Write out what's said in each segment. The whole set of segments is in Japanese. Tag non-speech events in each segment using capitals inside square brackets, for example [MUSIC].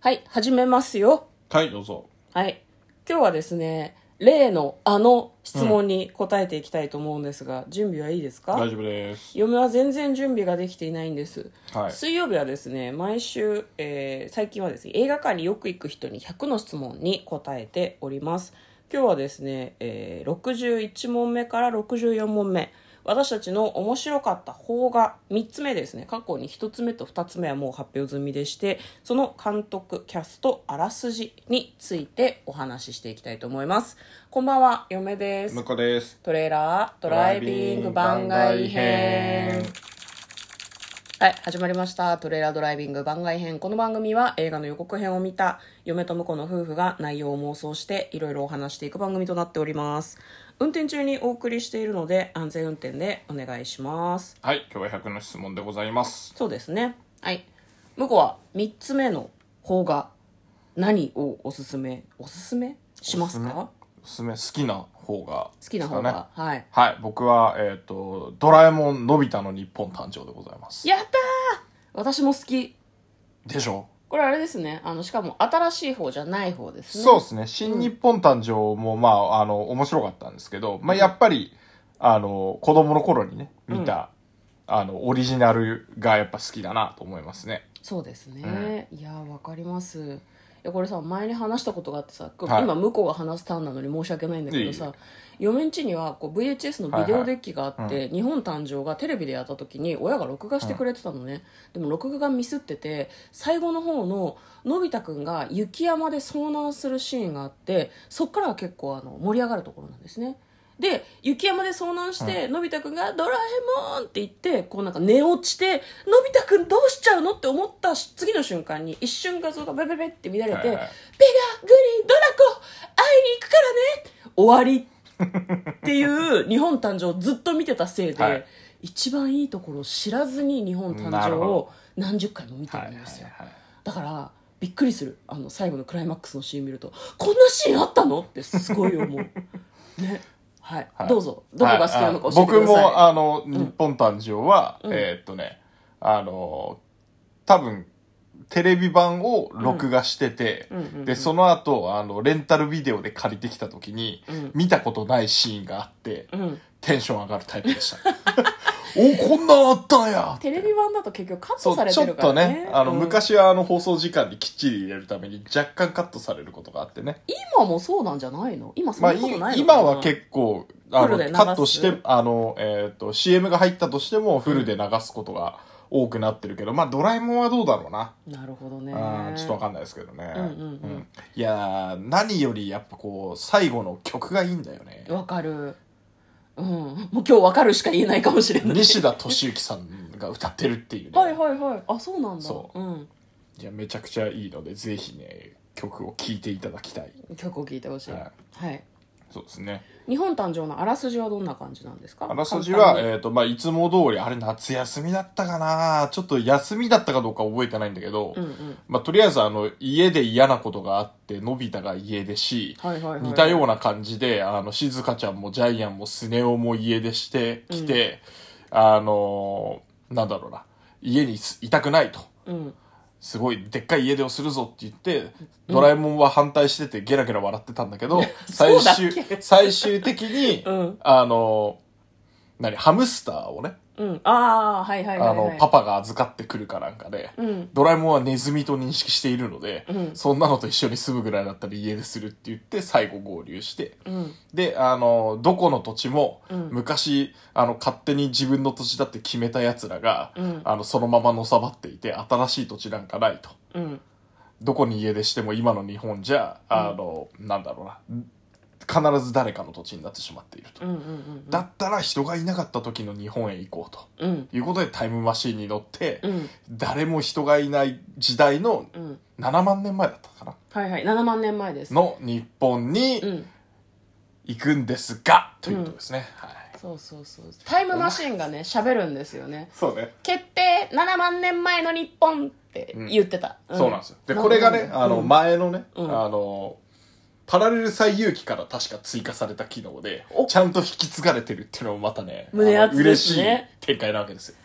はい、始めますよ。はいどうぞはい。今日はですね、例のあの質問に答えていきたいと思うんですが、準備はいいですか大丈夫です嫁は全然準備ができていないんです。はい水曜日はですね、毎週、えー最近はですね、映画館によく行く人に100の質問に答えております。今日はですね、えー61問目から64問目。私たちの面白かった邦画3つ目ですね過去に1つ目と2つ目はもう発表済みでしてその監督キャストあらすじについてお話ししていきたいと思いますこんばんは嫁です向こうですトレーラードドライビング番外編はい始まりましたトレーラードライビング番外編この番組は映画の予告編を見た嫁と婿の夫婦が内容を妄想していろいろお話していく番組となっております運転中にお送りしているので安全運転でお願いしますはい今日は100の質問でございますそうですねはい向こうは3つ目の方が何をおすすめおすすめしますかおすすめ好きな方が好きな方が、はいはい僕はえっ、と「ドラえもんのび太の日本誕生」でございますやったー私も好きでしょこれあれですねあのしかも新しい方じゃない方ですねそうですね「新日本誕生も」まああの面白かったんですけど、まあ、やっぱりあの子供の頃にね見た、あのオリジナルがやっぱ好きだなと思いますねそうですね、いやーわかりますいやこれさ前に話したことがあってさ、はい今向こうが話すターンなのに申し訳ないんだけどいえさ嫁ん家にはこう VHS のビデオデッキがあって、日本誕生がテレビでやった時に親が録画してくれてたのね、でも録画ミスってて最後の方ののび太くんが雪山で遭難するシーンがあってそっからは結構あの盛り上がるところなんですねで雪山で遭難して、のび太くんが「ドラえもん!」って言ってこうなんか寝落ちて「のび太くんどうしちゃうの?」って思ったし次の瞬間に一瞬画像がベベベって乱れて「はいはいペガグリドラコ会いに行くからね!」終わりっていう日本誕生をずっと見てたせいで、はい一番いいところを知らずに日本誕な生るほをど何十回も見てはいるんはいはですよ、いだからびっくりするあの最後のクライマックスのシーン見るとこんなシーンあったのってすごい [LAUGHS] 思うねはい、はいどうぞどこが好きなのか教えてください、はいあ僕もあの日本誕生は、えーっとねあの多分テレビ版を録画してて、うんうんうんうんでその後あのレンタルビデオで借りてきた時に、うん見たことないシーンがあって、うん、テンション上がるタイプでした [LAUGHS] おこんなんあったんやテレビ版だと結局カッそトさうれちょてっるからとねねあの、うん昔はあの放送時間にきっちり入れるために若干カットされることがあってね今もそうなんじゃないの今そんまあ、ないことないのかな、今は結構あフルので流すカットしてあの、えー、と CM が入ったとしてもフルで流すことが多くなってるけど、まあドラえもんはどうだろうな、なるほどねあーちょっとわかんないですけどね、うんうんうんいやー何よりやっぱこう最後の曲がいいんだよねわかるうんもう今日わかるしか言えないかもしれない西田敏行さんが歌ってるっていうね、はいはいはいあそうなんだそうん、いやめちゃくちゃいいのでぜひね曲を聴いていただきたい曲を聴いてほしい、ははいそうですね日本誕生のあらすじはどんな感じなんですかあらすじは、簡単にえっ、と、まあ、いつも通り、あれ夏休みだったかなちょっと休みだったかどうか覚えてないんだけど、うんうんまあ、とりあえず、あの、家で嫌なことがあって、のび太が家でし、はいはいはい似たような感じで、あの、静香ちゃんもジャイアンもスネ夫も家出してきて、あのーなんだろうな、家にすいたくないと。うんすごいでっかい家出をするぞって言って、ドラえもんは反対しててゲラゲラ笑ってたんだけど、 [LAUGHS] 最終そうだっけ、最終的 [LAUGHS] に、うんあの、何、ハムスターをね、うんああはいはいはい、あはい、の、パパが預かってくるかなんかで、うんドラえもんはネズミと認識しているので、うんそんなのと一緒に住むぐらいだったら家出するって言って、最後合流して、うんで、あの、どこの土地も、うん昔、あの、勝手に自分の土地だって決めた奴らが、うんあの、そのままのさばっていて、新しい土地なんかないと。うんどこに家出しても今の日本じゃ、あの、なんだろうな、必ず誰かの土地になってしまっていると。うんうんうんだったら人がいなかった時の日本へ行こううと。んいうことでタイムマシンに乗って、うん誰も人がいない時代のうん7万年前だったかなはいはい7万年前ですの日本うにん行くんですが、ということですね。はい。そうそうそうタイムマシンがね喋るんですよねそうね。決定7万年前の日本って言ってた、そうなんですよ。で、これがね、あの、前のね、うんあの、パラレル最遊記から確か追加された機能でお、ちゃんと引き継がれてるっていうのもまたね、あの胸熱で嬉すしいね展開なわけですよ。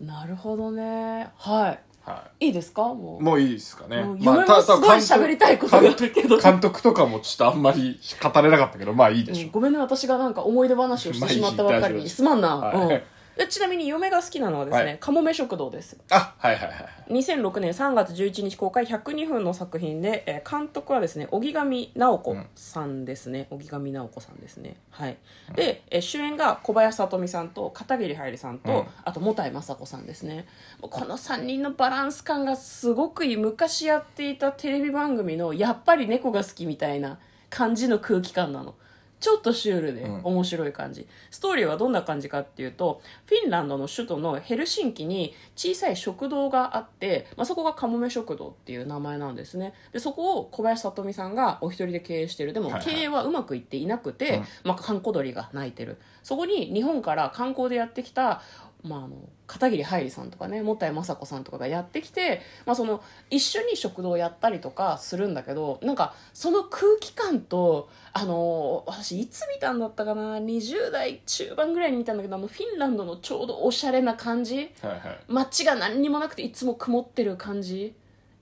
なるほどねはいはいいですかもうい。もういいですかね。もう嫁もすごい喋りたいことがあるけど監督監督とかもちょっとあんまり語れなかったけど、まあいいでしうんょごめんね私がなんか思い出話をしてしまったばっかりまあいいにすまんな、はいうんでちなみに嫁が好きなのはですね、はいかもめ食堂ですう。あ、はいはいはい。 2006年3月11日公開102分の作品で、えー監督はですね荻上直子さんですね荻、上直子さんですねはいで、えー主演が小林聡美さんと片桐はいりさんと、うんあと本井雅子さんですねこの3人のバランス感がすごくいい昔やっていたテレビ番組のやっぱり猫が好きみたいな感じの空気感なのちょっとシュールでうん面白い感じ、ストーリーはどんな感じかっていうとフィンランドの首都のヘルシンキに小さい食堂があって、まあ、そこがカモメ食堂っていう名前なんですねでそこを小林聡美さんがお一人で経営してるでもはいはい経営はうまくいっていなくて、うんまあ、観光鳥が鳴いてるそこに日本から観光でやってきた、まあ、あの片桐はいりさんとかねもたいまさ子さんとかがやってきて、まあ、その一緒に食堂やったりとかするんだけどなんかその空気感とあの私いつ見たんだったかな20代中盤ぐらいに見たんだけどあのフィンランドのちょうどおしゃれな感じはいはい。街が何にもなくていつも曇ってる感じ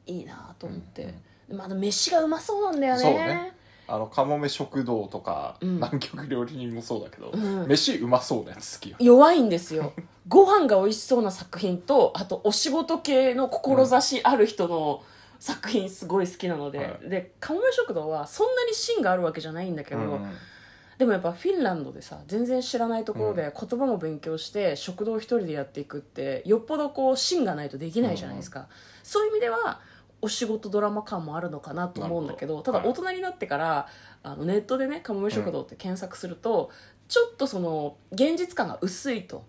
いいなと思って、うんでもあの飯がうまそうなんだよねそうねあの、かもめ食堂とか、うん南極料理人もそうだけど、うん飯うまそうなやつ好きよ。弱いんですよご飯が美味しそうな作品とあとお仕事系の志ある人の作品すごい好きなので、はで「かもめ食堂」はそんなに芯があるわけじゃないんだけど、うんでもやっぱフィンランドでさ全然知らないところで言葉も勉強して食堂一人でやっていくってよっぽどこう芯がないとできないじゃないですか、そういう意味ではお仕事ドラマ感もあるのかなと思うんだけどなるほたどだ大人になってから、あのネットでね「かもめ食堂」って検索すると、ちょっとその現実感が薄いと。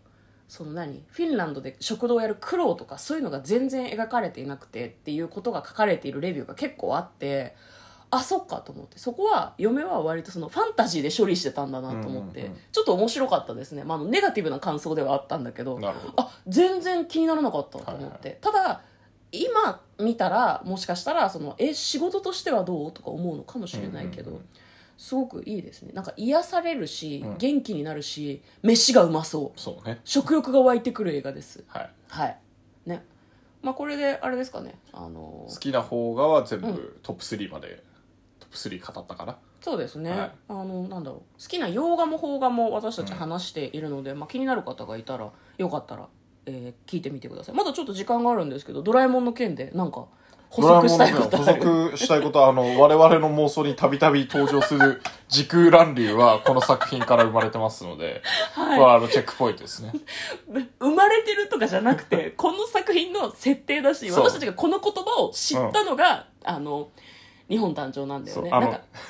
その何フィンランドで食堂をやる苦労とかそういうのが全然描かれていなくてっていうことが書かれているレビューが結構あってあそっかと思ってそこは嫁は割とそのファンタジーで処理してたんだなと思って、うんうんうんちょっと面白かったですね、まあ、あのネガティブな感想ではあったんだけどなるほど。あ全然気にならなかったと思って、ただ今見たらもしかしたらそのえ仕事としてはどうとか思うのかもしれないけど、うんうんうんすごくいいですねなんか癒されるし、うん元気になるし飯がうまそうそうね。食欲が湧いてくる映画ですはい。はいねまあこれであれですかねあの好きな方がは全う部トップ3まで、トップ3語ったかな。そうですね、はいあのなんだろう好きな洋画も邦画も私たち話しているので、まあ、気になる方がいたらよかったら、えー聞いてみてくださいまだちょっと時間があるんですけど「ドラえもんの件」でなんか補足したいことドあラえもんのるね補足したいことは、あの、我々の妄想にたびたび登場する時空乱流は、この作品から生まれてますので、これはあの、チェックポイントですね。生まれてるとかじゃなくてこの作品の設定だしそう私たちがこの言葉を知ったのが、あの日本誕生なんだよそうねあなんのか、 [LAUGHS] ウ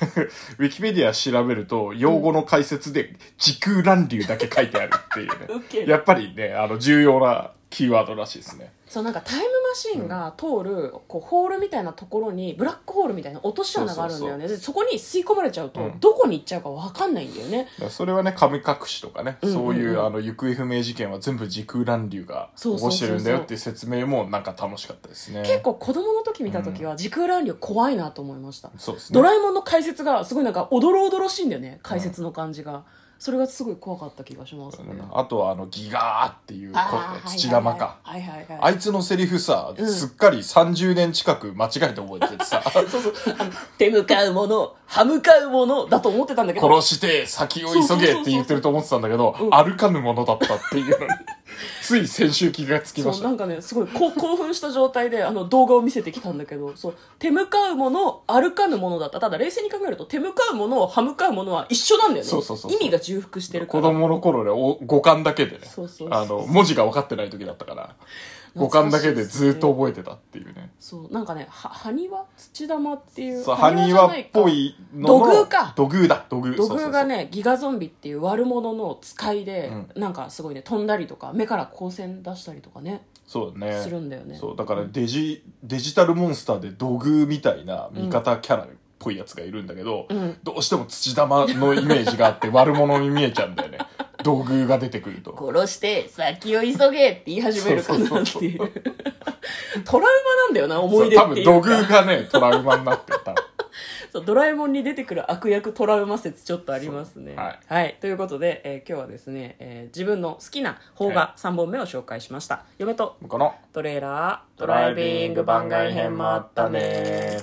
ィキペディア調べると、用語の解説で、時空乱流だけ書いてあるっていうウケね。る [LAUGHS] やっぱりね、あの、重要なキーワードらしいですね。そうなんかタイムマシンが通る、こうホールみたいなところにブラックホールみたいな落とし穴があるんだよねでそこに吸い込まれちゃうと、うんどこに行っちゃうか分かんないんだよねだからそれはね、神隠しとかね、うんうんうんそういう、あの、行方不明事件は全部時空乱流が起そうそこうしそうそうてるんだよっていう説明も、なんか楽しかったですね。結構子供の時見た時は時空乱流怖いなと思いました、そうですねド。ラえもんの解説がすごいなんかおどろおどろしいんだよね解説の感じが、それがすごい怖かった気がします、ねあとはあのギガーっていう声あー土玉か、はいはいはい、はいあいつのセリフさ、うんすっかり30年近く間違えて覚えて [LAUGHS] てさそうそうあの手向かうもの歯向かうものだと思ってたんだけど殺して先を急げって言ってると思ってたんだけそどうそうそう歩かぬものだったっていうのについ先週気がつきまそしうなたんかねすごい [LAUGHS] こう興奮した状態であの動画を見せてきたんだけどそう手向かうもの歩かぬものだったただ冷静に考えると手向かうもの歯向かうものは一緒なんだよねそうそうそうそう意味が重複してるか子ら供の頃でお五感だけでねそうそうそうあの文字が分かってない時だったから五感だけでずっと覚えてたっていうねそうなんかねは埴輪土玉っていうそうハニワっぽ埴輪じゃないかいのの土偶か土偶だ土土偶そうそうそ偶うがねギガゾンビっていう悪者の使いで、うなんかすごいね飛んだりとか目から光線出したりとかねそうだねするんだよねそうだからデジデジタルモンスターで土偶みたいな味方キャラっぽいやつがいるんだけど、んどうしても土玉のイメージがあ [LAUGHS] って悪者に見えちゃうんだよね土偶が出てくると殺して先を急げって言い始めるかなっていう [LAUGHS] トラウマなんだよな思い出そう多ってい分う土か偶がねトラウマになってたそうドラえもんに出てくる悪役トラウマ説ちょっとありますね。そうはいということで、えー今日はですね、えー自分の好きな邦は画3本目を紹介しました。嫁と向こうのトレーラードドライビング番外編もあったね